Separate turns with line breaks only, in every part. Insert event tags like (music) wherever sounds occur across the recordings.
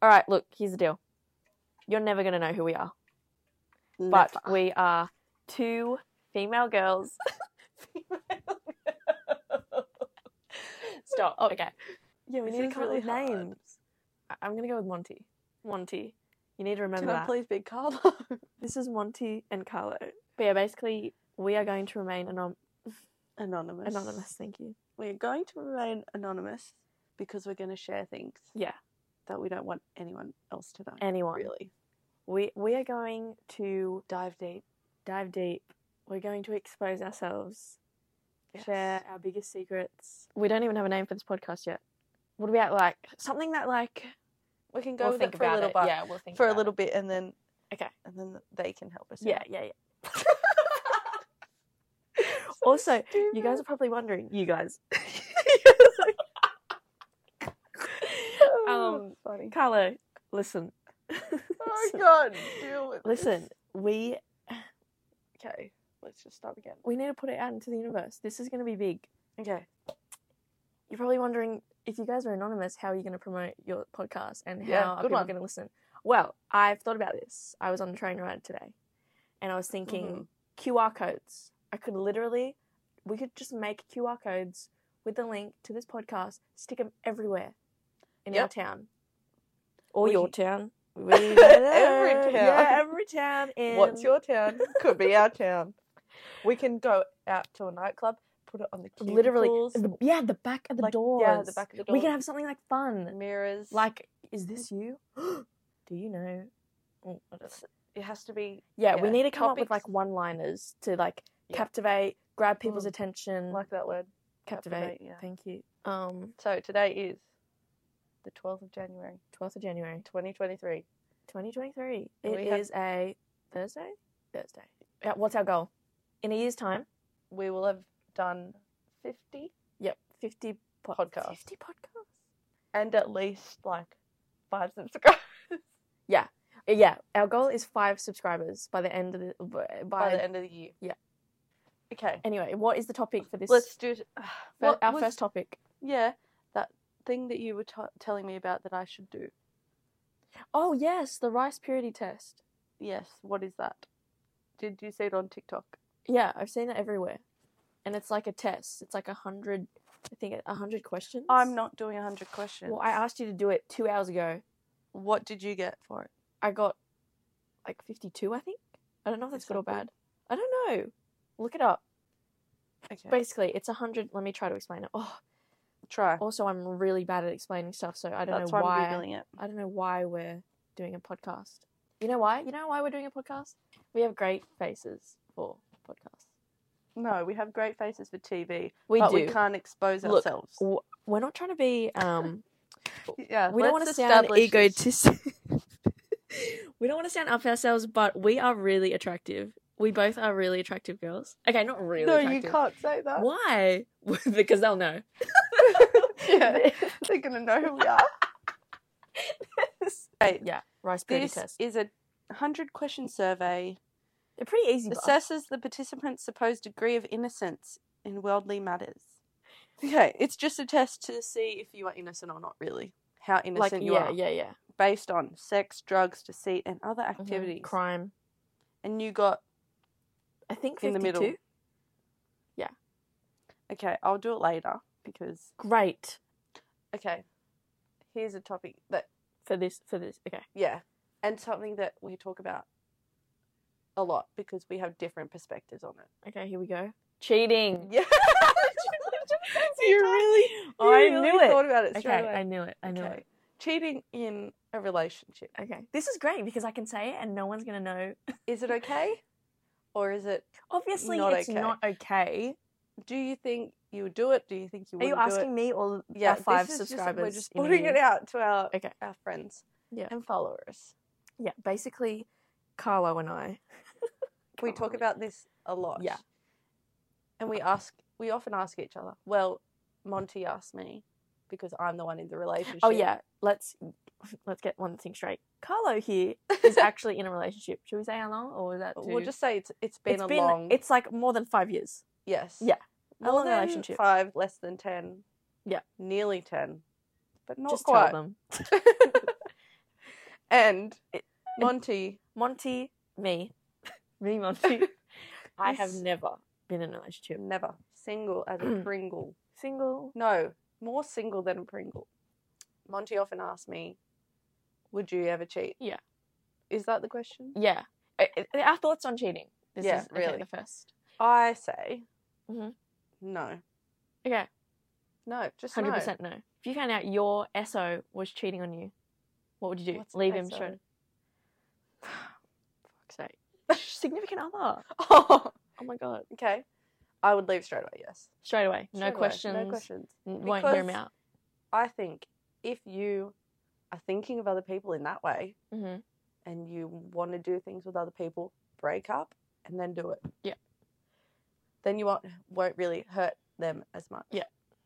All right, look, here's the deal. You're never going to know who we are, but
Never.
we are two female girls. (laughs) female girls. (laughs) Stop. Okay. Oh, Yeah, we
This
need
is
to come up
really
with
hard.
names. I- I'm going to go with Monty. Monty. You need to remember
Can
that.
I please be Carlo?
This is Monty and Carlo. But yeah, basically, we are going to remain anon-
(laughs) anonymous.
anonymous. Thank you.
We're going to remain anonymous because we're going to share things.
Yeah.
That we don't want anyone else to know.
Anyone.
really.
We, we are going to dive deep. Dive deep. We're going to expose ourselves, share
Yes.
our biggest secrets. We don't even have a name for this podcast yet. What about like something that like
We can go
we'll
with
think
it for a
about
little
it.
bit.
Yeah, we'll think
for a
about
little bit, and then
Okay.
and then they can help us.
It. Yeah, (laughs)
out.
yeah, yeah. also, you guys are probably wondering. You guys.
(laughs) Oh,
um, (laughs)
funny.
Carlo, listen. (laughs)
Oh God, deal with
Listen, we
This. Okay, let's just start again.
we need to put it out into the universe. This is going to be big.
Okay.
You're probably wondering if you guys are anonymous, how are you going to promote your podcast and how
Yeah,
are
good
people
one.
going to listen? Well, I've thought about this. I was on a train ride today, and I was
Mm-hmm.
thinking QR codes. I could literally, we could just make QR codes with the link to this podcast, stick them everywhere in our
Yep.
town or
We-
your town. (laughs) We- every (laughs)
(laughs) Every
yeah,
town.
every town. In
What's your town? Could be our town. We can go out to a nightclub, put it on the cubicles,
literally the, yeah the back of the
like,
doors
Yeah, the back of the door.
we can have something like fun
mirrors.
like is this you (gasps) do you know Mm, I don't know.
it has to be
yeah, we
Yeah,
need to come up with
topics.
like one liners to like
Yeah.
captivate grab people's
Mm.
attention
like that word.
captivate,
captivate, yeah.
thank you um
So today is the twelfth of January,
12th of january
twenty twenty three.
2023 It
And
is
we have-
a thursday thursday yeah, what's our goal in a year's time
We will have done fifty
yep 50 po-
Podcasts.
50 podcasts
and at least like five subscribers
Uh, yeah our goal is five subscribers by the end of the uh, by,
by the end of the year.
Yeah.
Okay.
anyway what is the topic for this
Let's do uh,
Fir- (sighs) our first topic.
Yeah, that thing that you were t- telling me about that I should do.
Oh yes, the rice purity test.
Yes, what is that? Did you see it on TikTok?
Yeah, I've seen it everywhere, and it's like a test. It's like a hundred, I think, a hundred questions.
I'm not doing 100 questions.
Well, I asked you to do it two hours ago.
What did you get for it?
I got like fifty-two, I think. I don't know if that's
Is
good
that
or
good?
bad. I don't know. Look it up.
Okay.
Basically, it's a hundred. Let me try to explain it. Oh,
Try.
also, I'm really bad at explaining stuff, so I don't
That's
know
why
why.
I'm Googling it.
I don't know why we're doing a podcast. You know why? You know why we're doing a podcast? We have great faces for podcasts.
No, we have great faces for TV,
We
but
do.
we can't expose
Look,
ourselves.
w- we're not trying to be um
(laughs) yeah,
we don't want to sound egotistic (laughs) we don't want to sound up ourselves but we are really attractive we both are really attractive girls okay not really
no,
attractive.
you can't say that.
why (laughs) because they'll know
(laughs) yeah, they're gonna know who we are. Right,
(laughs) yeah rice purity
this
test
is a hundred question survey
they're pretty easy but
assesses the participant's supposed degree of innocence in worldly matters. Okay, it's just a test to see if you are innocent or not, really. How innocent Mm-hmm.
like
you
yeah
are,
yeah yeah
based on sex, drugs, deceit, and other
Mhm.
activities.
crime
And you got
i think 52
In the middle. okay. I'll do it later because
great
okay. Here's a topic that
for this for this okay
yeah, and something that we talk about a lot because we have different perspectives on it.
okay here we go
(laughs)
cheating (laughs)
Yeah,
You really- I knew it.
Thought about it.
okay
straight away.
i knew it i knew it
Okay. Cheating in a relationship.
Okay. This is great because I can say it and no one's going to know.
Is it okay? Or is it
Obviously,
Not
it's
okay.
not okay.
do you think you would do it? Do you think you
Are
wouldn't
you
do
asking
it?
me or
Yeah,
yeah,
this
five
is just-
subscribers?
we're just
in a
putting
year?
it out to our
Okay.
our friends
Yeah.
and followers.
Yeah, basically, Carlo and I.
we
Come
talk
on.
about this a lot.
Yeah.
And we ask we often ask each other. Well, Monty asked me because I'm the one in the relationship.
Oh yeah, let's let's get one thing straight. Carlo here (laughs) is actually in a relationship. Should we say how long, or is that too...
We'll just say it's it's been
It's
a long
It's like more than five years.
yes.
yeah, a
More
long
than
relationship.
Five, less than ten.
Yeah.
Nearly ten. But not
just
quite.
tell them.
And Monty.
Monty, (laughs) me, me, Monty. I have
Yes.
never been in a relationship.
Never. Single
(clears throat)
as a Pringle.
Single.
No, more single than a Pringle. Monty often asks me, Would you ever cheat?
Yeah.
Is that the question?
Yeah. I- I- Our thoughts on cheating. This
Yeah,
is okay,
really.
the first.
I say,
Mhm.
No.
Okay,
No, just
hundred
100%.
percent no. If you found out your SO was cheating on you, what would you do?
What's
Leave him?
SO?
Shred.
(sighs)
Fuck's sake. (laughs) Significant other.
Oh,
Oh my god.
(laughs) okay. I would leave straight away, yes.
Straight away.
Straight
no
away,
questions.
No questions.
n- Won't hear him
Because-
out.
I think if you are thinking of other people in that way
hmm
and you want to do things with other people, break up and then do it.
Yeah.
Then you won't, won't really hurt them as much.
Yeah.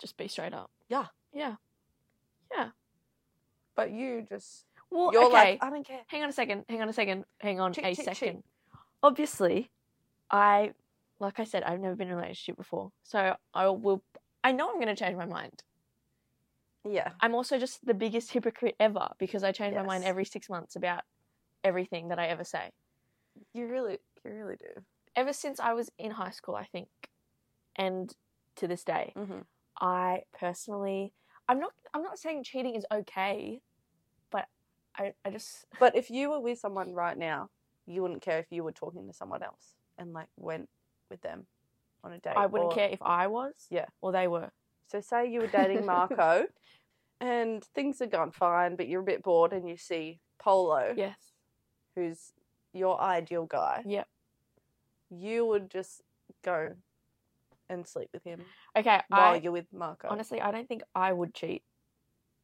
Just be straight up.
Yeah.
Yeah.
But you just,
Well,
you're
okay.
like, "Ah." I don't care.
hang on a second, hang on a second, hang on
Cheat,
a
cheat, cheat.
second. Obviously, I, like I said, I've never been in a relationship before, so I will. I know I'm going to change my mind.
Yeah.
I'm also just the biggest hypocrite ever because I change my mind
Yes.
every six months about everything that I ever say.
You really, you really do.
Ever since I was in high school, I think, and to this day,
Mm-hmm.
I personally, I'm not. I'm not saying cheating is okay, but I, I just
But if you were with someone right now, you wouldn't care if you were talking to someone else and like went with them on a date.
I wouldn't
or-
care if I was,
Yeah.
or they were.
So say you were
(laughs)
dating Marco and things are going fine, but you're a bit bored and you see Polo,
Yes.
who's your ideal guy.
Yep.
You would just go and sleep with him
Okay.
while
I,
you're with Marco.
Honestly, I don't think I would cheat.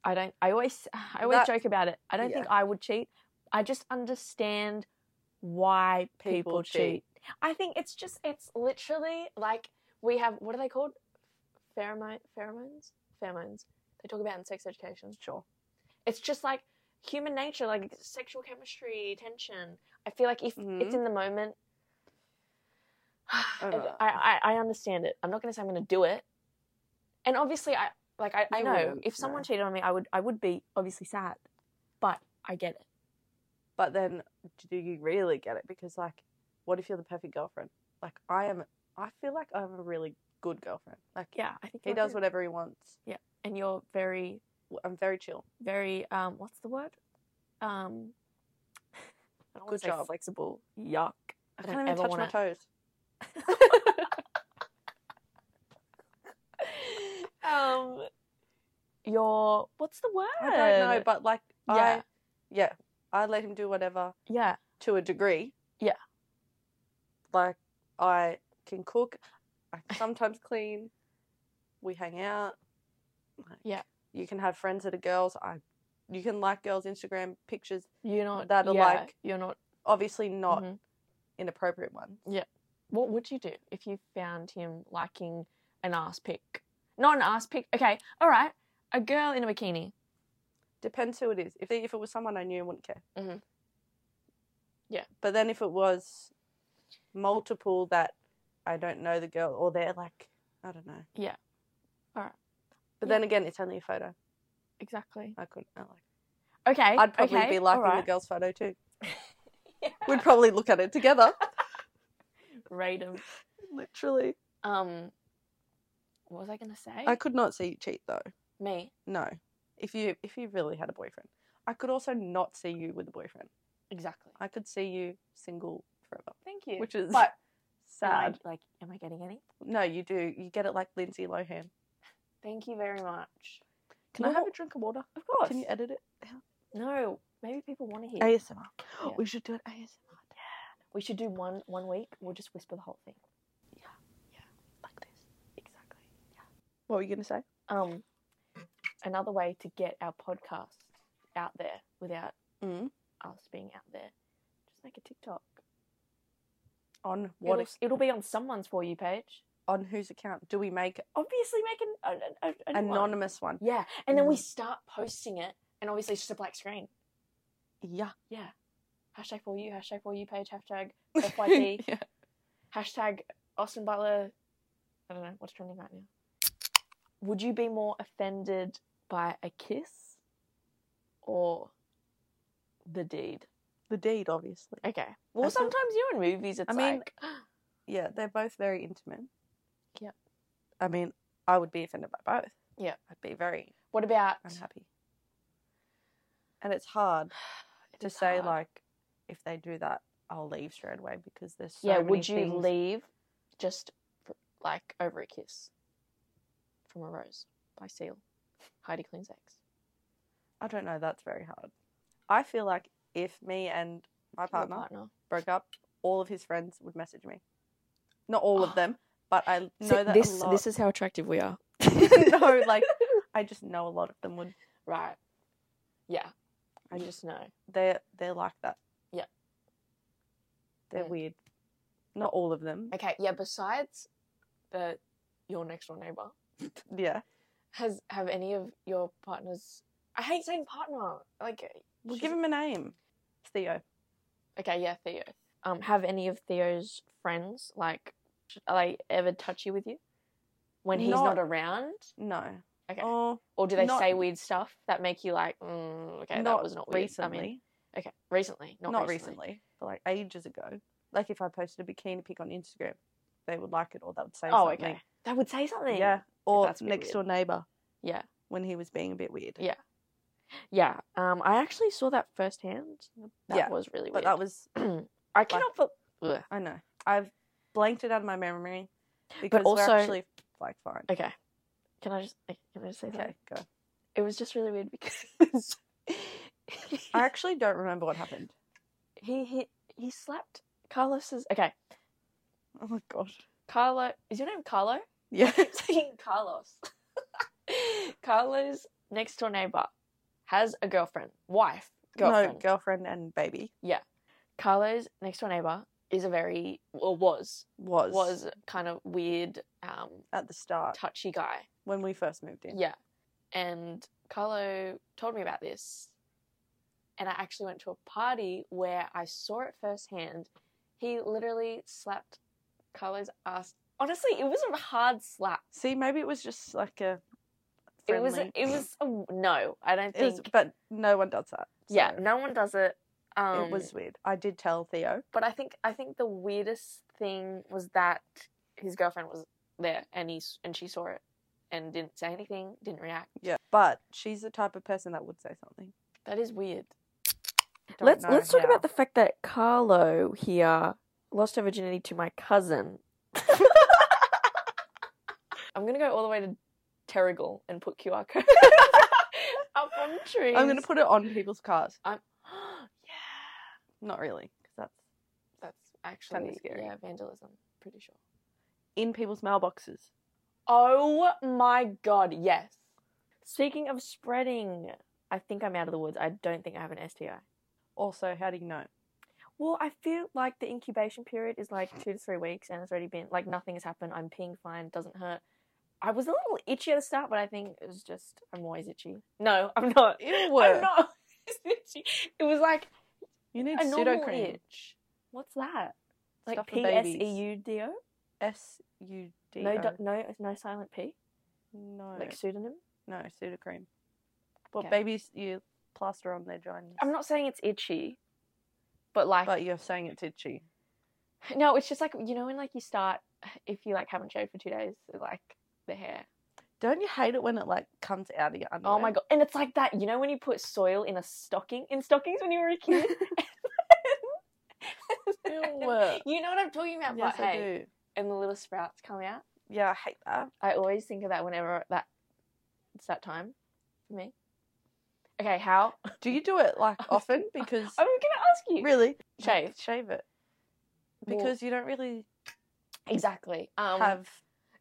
I don't. I always. (sighs) I always
That-
joke about it. I don't
yeah.
think I would cheat. I just understand why people,
People
cheat.
cheat.
I think it's just. It's literally like we have. What are they called? Pheromone. Pheromones. Pheromones. They talk about in sex education.
Sure.
It's just like human nature, like sexual chemistry, tension. I feel like if
Mhm.
it's in the moment,
I
it-
know.
I, I I understand it. I'm not going to say I'm going to do it. And obviously, I like I, I
You
know
wouldn't,
if someone
no.
cheated on me, I would I would be obviously sad, but I get it.
But then do you really get it? Because like, what if you're the perfect girlfriend? Like I am I feel like I'm a really good girlfriend. Like
Yeah, I think
he
you're
does
good.
whatever he wants.
And you're very
I'm very chill.
very um what's the word? Um, I don't wanna
Good
say
job.
Flexible. Yuck.
I
I
can't
don't
even
ever
touch my
wanna-
toes.
(laughs) um, you're what's the word?
I don't know, but like
Yeah.
I yeah, I let him do whatever
yeah.
to a degree.
Yeah.
Like I can cook, I can sometimes clean, we hang out. Like,
Yeah.
You can have friends that are girls. I you can like girls' Instagram pictures,
You're not
That are
yeah,
like-
you're not.
obviously not
Mhm.
inappropriate ones.
What would you do if you found him liking an ass pic? Not an ass pic. Okay, all right. A girl in a bikini.
Depends who it is. If if it was someone I knew, I wouldn't care.
Mhm. Yeah.
But then if it was multiple that I don't know the girl or they're like I don't know.
Yeah. Alright.
But
Yeah.
then again, it's only a photo.
Exactly.
I couldn't. I like.
Okay.
I'd probably
okay,
be liking
alright.
the girl's photo too.
(laughs) Yeah.
We'd probably look at it together.
Random.
(laughs) Literally.
Um, what was I gonna say?
I could not see you cheat though.
Me.
No. If you if you really had a boyfriend, I could also not see you with a boyfriend.
Exactly.
I could see you single forever,
Thank you.
which is
But- Am I-
sad.
like, am I getting any?
No, you do. You get it like Lindsay Lohan.
Thank you very much.
Can
You
I
know
have a
what?
drink of water?
Of course.
Can you edit it?
no. Maybe people want to hear.
ASMR.
Yeah.
We should do it ASMR
We should do one one week. We'll just whisper the whole thing. Yeah. Yeah. Like this. Exactly.
What were you gonna say?
um, another way to get our podcast out there without
Mm.
us being out there, just make a TikTok.
On
What
what?
it'll, it'll be on someone's for you page.
on whose account do we make
Obviously, make an, an, an, an Mm. anonymous.
anonymous one?
Yeah, and then we
Mhm.
start posting it, and obviously it's just a black screen.
(laughs) Yeah.
Yeah, hashtag for you, hashtag for you page, (laughs) hashtag FYP,
yeah.
hashtag Austin Butler. I don't know what's trending right now. Would you be more offended by a kiss or the deed.
The deed, obviously.
Okay. Well,
I thought-
sometimes you know in movies, it's
I mean- (gasps)
like
Yeah, they're both very intimate.
Yep.
I mean, I would be offended by both.
Yep.
I'd be very
what about
unhappy. And it's hard
it
to
is
say
hard.
like if they do that, I'll leave straight away because there's so
yeah?
many
Would you
things-
leave just for, like over a kiss from a rose by Seal, Heidi Klum's ex?
I don't know, that's very hard. I feel like if me and my
Your
partner broke up, all of his friends would message me. Not all
(gasps) Oh.
of them, but I know
See,
that
this
a lot.
this is how attractive we are.
(laughs)
(laughs)
no, like I just know a lot of them would.
Right. Yeah. I
Yeah.
just know.
They're they're like that.
Yeah.
They're
Mm.
weird. Not all of them.
Okay. Yeah. Besides the your next door neighbor,
Yeah.
has have any of your partners? I hate saying partner. Like,
We'll
she's-
give him a name. E It's Theo.
Okay. Yeah. Theo. Um. Have any of Theo's friends like? Are they ever touchy with you when he's not,
Not-
around?
No.
Okay.
Oh,
or do they
not-
say weird stuff that make you like, mm, okay, that
not
was not weird.
recently.
I mean, okay, recently, not,
not
recently.
recently. but like ages ago. Like if I posted a bikini pic on Instagram, they would like it or they would say
Oh,
something.
okay. They would say something.
Yeah. Or
that's a bit
next
weird.
door neighbor
Yeah.
when he was being a bit weird.
Yeah. Yeah. Um, I actually saw that firsthand. That
Yeah,
was really weird.
But that was
(clears throat) I cannot believe.
I know. I've blanked it out of my memory because
also-
we're actually like fine.
Okay. Can I just can I just say
Okay,
that?
go.
It was just really weird because
(laughs)
(laughs)
I actually don't remember what happened.
he he he slapped Carlos's. Okay,
Oh my gosh.
Carlo is your name Carlo?
(laughs)
(laughs)
Yeah.
I'm saying Carlos. (laughs) Carlos next door neighbor has a girlfriend, wife, girlfriend.
No, girlfriend and baby
Carlos next door neighbor is a very or was
was
was kind of weird, um,
at the start
touchy guy.
when we first moved in.
Yeah, and Carlo told me about this, and I actually went to a party where I saw it firsthand. He literally slapped Carlo's ass. Honestly, it was a hard slap.
See, maybe it was just like a.
It was.
friendly-
It was. A, no, I don't
It
think.
was- but no one does that.
yeah,
so
no one does it. Um,
it was weird. I did tell Theo.
But I think. I think the weirdest thing was that his girlfriend was there, and he s- and she saw it, and didn't say anything, didn't react.
Yeah, but she's the type of person that would say something.
That is weird.
Don't know how.
fact that Carlo here lost her virginity to my cousin. (laughs) I'm gonna go all the way to Terrigal and put QR code (laughs) up on trees.
I'm gonna put it on people's cars.
(gasps) yeah.
Not really, because that's
That's actually
scary.
yeah, vandalism. Pretty sure.
in people's mailboxes.
Oh my god, yes. Speaking of spreading, I think I'm out of the woods. I don't think I have an STI.
Also, how do you know?
Well, I feel like the incubation period is like two to three weeks, and it's already been like nothing has happened. I'm peeing fine, doesn't hurt. I was a little itchy at the start, but I think it was just I'm always itchy. No, (laughs) I'm not.
You were.
I'm not always (laughs) itchy. It was like
You need
a normal
pseudocreme.
itch. What's that? Like
Stuff for
P S
babies.
E U D O.
S U D.
No, do- no, no silent P.
no,
Like pseudonym.
no, pseudocreme. Well,
Okay.
babies, you plaster on their joints.
I'm not saying it's itchy, but like
But you're saying it's itchy.
no, it's just like you know when like you start (sighs) if you like haven't shaved for two days, like the hair.
Don't you hate it when it like comes out of your underwear?
Oh my god! And it's like that, you know, when you put soil in a stocking in stockings when you were a kid.
(laughs) Ew.
(laughs) you know what I'm talking about,
Yes,
but
I
hey,
do.
and the little sprouts come out.
Yeah, I hate that.
I always think of that whenever that it's that time for me. Okay,
(laughs)
how?
Do you
(laughs)
do it like often? Because
I was gonna ask you.
really,
Shave.
shave it
Well,
because you don't really
exactly. Um,
have.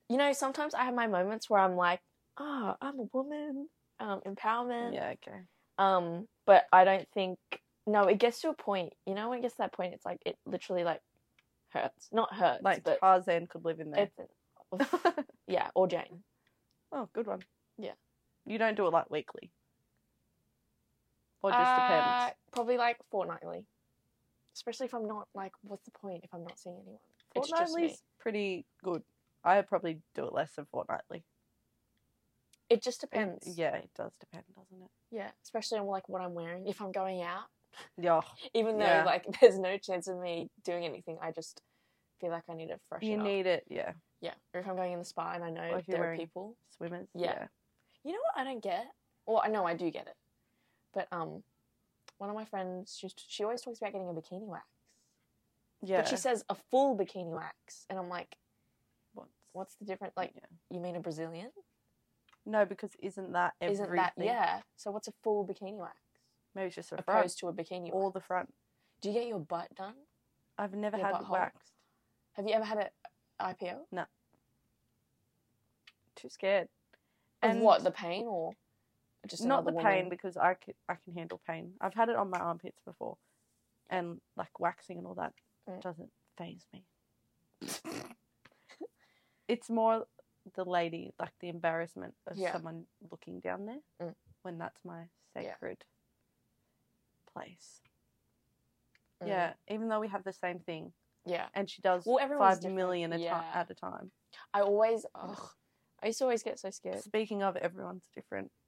you know, sometimes I have my moments where I'm like, oh, I'm a woman, um, empowerment.
Yeah, okay.
Um, but I don't think no, it gets to a point, you know, when it gets to that point, it's like it literally like hurts. Not hurts,
Like
but
Tarzan could live in there.
it's (laughs) yeah, or Jane.
oh, good one.
Yeah.
You don't do it like weekly. Or just
Uh,
depends.
Probably like fortnightly. Especially if I'm not like what's the point if I'm not seeing anyone? It's just me.
Fortnightly's pretty good. I probably do it less than fortnightly.
It just
It-
depends.
yeah, it does depend, doesn't it?
Yeah. Especially on like what I'm wearing. If I'm going out,
Yeah.
Even though
Yeah.
like (laughs) there's no chance of me doing anything, I just feel like I need to freshen
You
up.
need it. Yeah.
yeah. Or if I'm going in the spa and I know
Or if you're
there are
wearing-
people.
Swimmers.
Yeah. You know what I don't get? Well, I know I do get it, but um, one of my friends she she always talks about getting a bikini wax,
Yeah.
but she says a full bikini wax, and I'm like,
What's-
what's the difference? Like,
yeah.
you mean a Brazilian?
No, because isn't that everything?
Isn't that yeah? So what's a full bikini wax
Maybe it's just the front.
opposed to a bikini?
All
Or
the front.
do you get your butt done?
I've never
Your
had
butthole.
waxed.
Have you ever had a IPO?
Too scared.
Of what the pain or just
not the
another
pain
woman?
because I can, I can handle pain. I've had it on my armpits before, and like waxing and all that
Mm.
doesn't phase me. it's more the lady, like the embarrassment of
Yeah.
someone looking down there
Mm.
when that's my
Yeah.
sacred place.
Mm.
Yeah, even though we have the same thing,
yeah.
and she does
Well, everyone's
five
different.
million a
Yeah.
ti- at a time.
I always ugh, I used to always get so scared.
Speaking of, everyone's different. (laughs)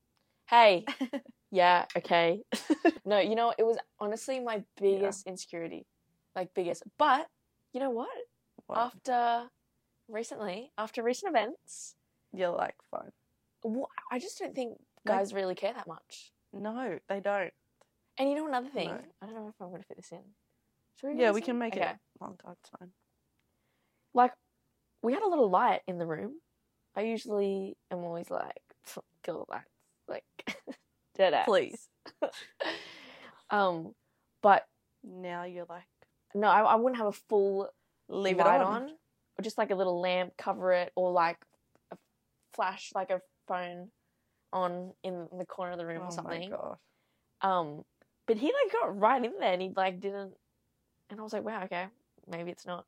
Hey, yeah, okay. (laughs) no, you know it was honestly my biggest insecurity, like biggest. But you know what?
Well,
After recently, after recent events,
you're like fine.
wh- I just don't think
No.
guys really care that much.
No, they don't.
And you know another thing?
No.
I don't know if I'm gonna fit this in. Should we fit
Yeah,
this
we can
in?
make
Okay.
it longer. It's fine.
like we had a little light in the room. I usually am always like, girl lights, like (laughs) dead ass.
Please.
(laughs) Um, but
Now you're like
no, I, I wouldn't have a full
leave
light
it on.
or just like a little lamp cover it, or like a flash, like a phone on in the corner of the room or
Oh my
something.
god.
Um, but he like got right in there and he like didn't, and I was like, wow, okay, maybe it's not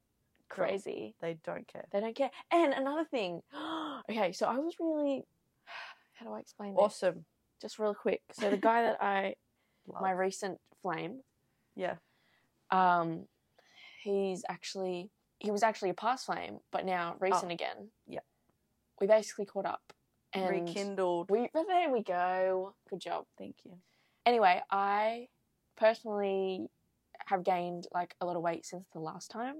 Cool.
crazy.
They don't care.
They don't care. And another thing. (gasps) okay, so I was really. (sighs) How do I explain this?
Awesome.
Just real quick. So the guy that I,
(laughs) Love.
my recent flame,
yeah.
um, he's actually he was actually a past flame, but now recent again.
Yeah.
We basically caught up, and
Rekindled.
we there we go. Good job.
Thank you.
Anyway, I personally have gained like a lot of weight since the last time.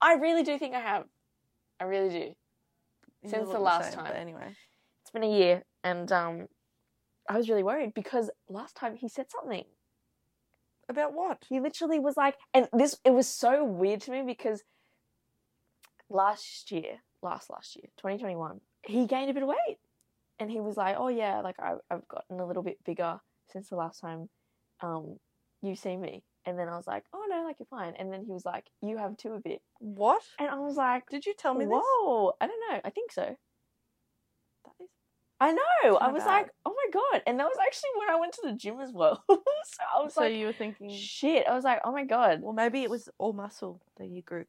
I really do think I have. I really do.
You
Since the
look
last
same,
time.
But anyway.
it's been a year and um I was really worried because last time he said something.
About what?
He literally was like and this it was so weird to me because last year, last last year, 2021, he gained a bit of weight. And he was like, "Oh yeah, like I I've gotten a little bit bigger since the last time um you see me." And then I was like, "Oh no, like you're fine." And then he was like, "You have too a bit."
What?
And I was like,
Did you tell me
"Whoa, I don't know. I think so."
this? That is
I know. I
Kinda
was
bad.
like, oh my god. And that was actually when I went to the gym as well. (laughs) so I was
so
like,
you were thinking
shit. I was like, oh my god.
well maybe it was all muscle that you grew.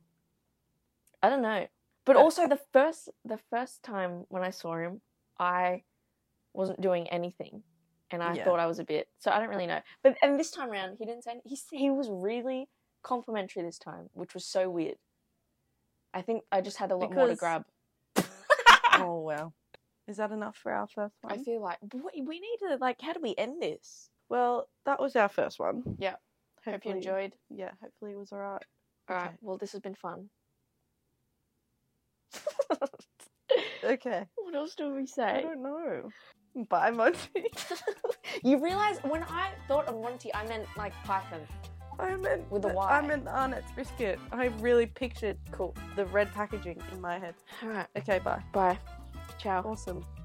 I don't know. But
But-
also the first the first time when I saw him, I wasn't doing anything. And I
Yeah.
thought I was a bit. So I don't really know. But and this time around, he didn't say any- he s- he was really complimentary this time, which was so weird. I think I just had a lot more to
Because- (laughs)
grab.
oh wow. Is that enough for our first one?
Ah. I feel like we, we need to like how do we end this?
well, that was our first one.
Yeah. Hope you
Hopefully-
enjoyed.
Yeah, hopefully it was alright.
All right.
Okay.
Well, this has been
(laughs)
fun. (laughs)
Okay.
what else do we
I
say?
don't know. Bye, Monty.
(laughs) you realize when I thought of Monty, I meant like Python.
I meant
With a
the-
Y.
I meant the Arnott's biscuit. I really pictured cool the red packaging in my head.
All right.
Okay, bye.
Bye. Ciao.
Awesome.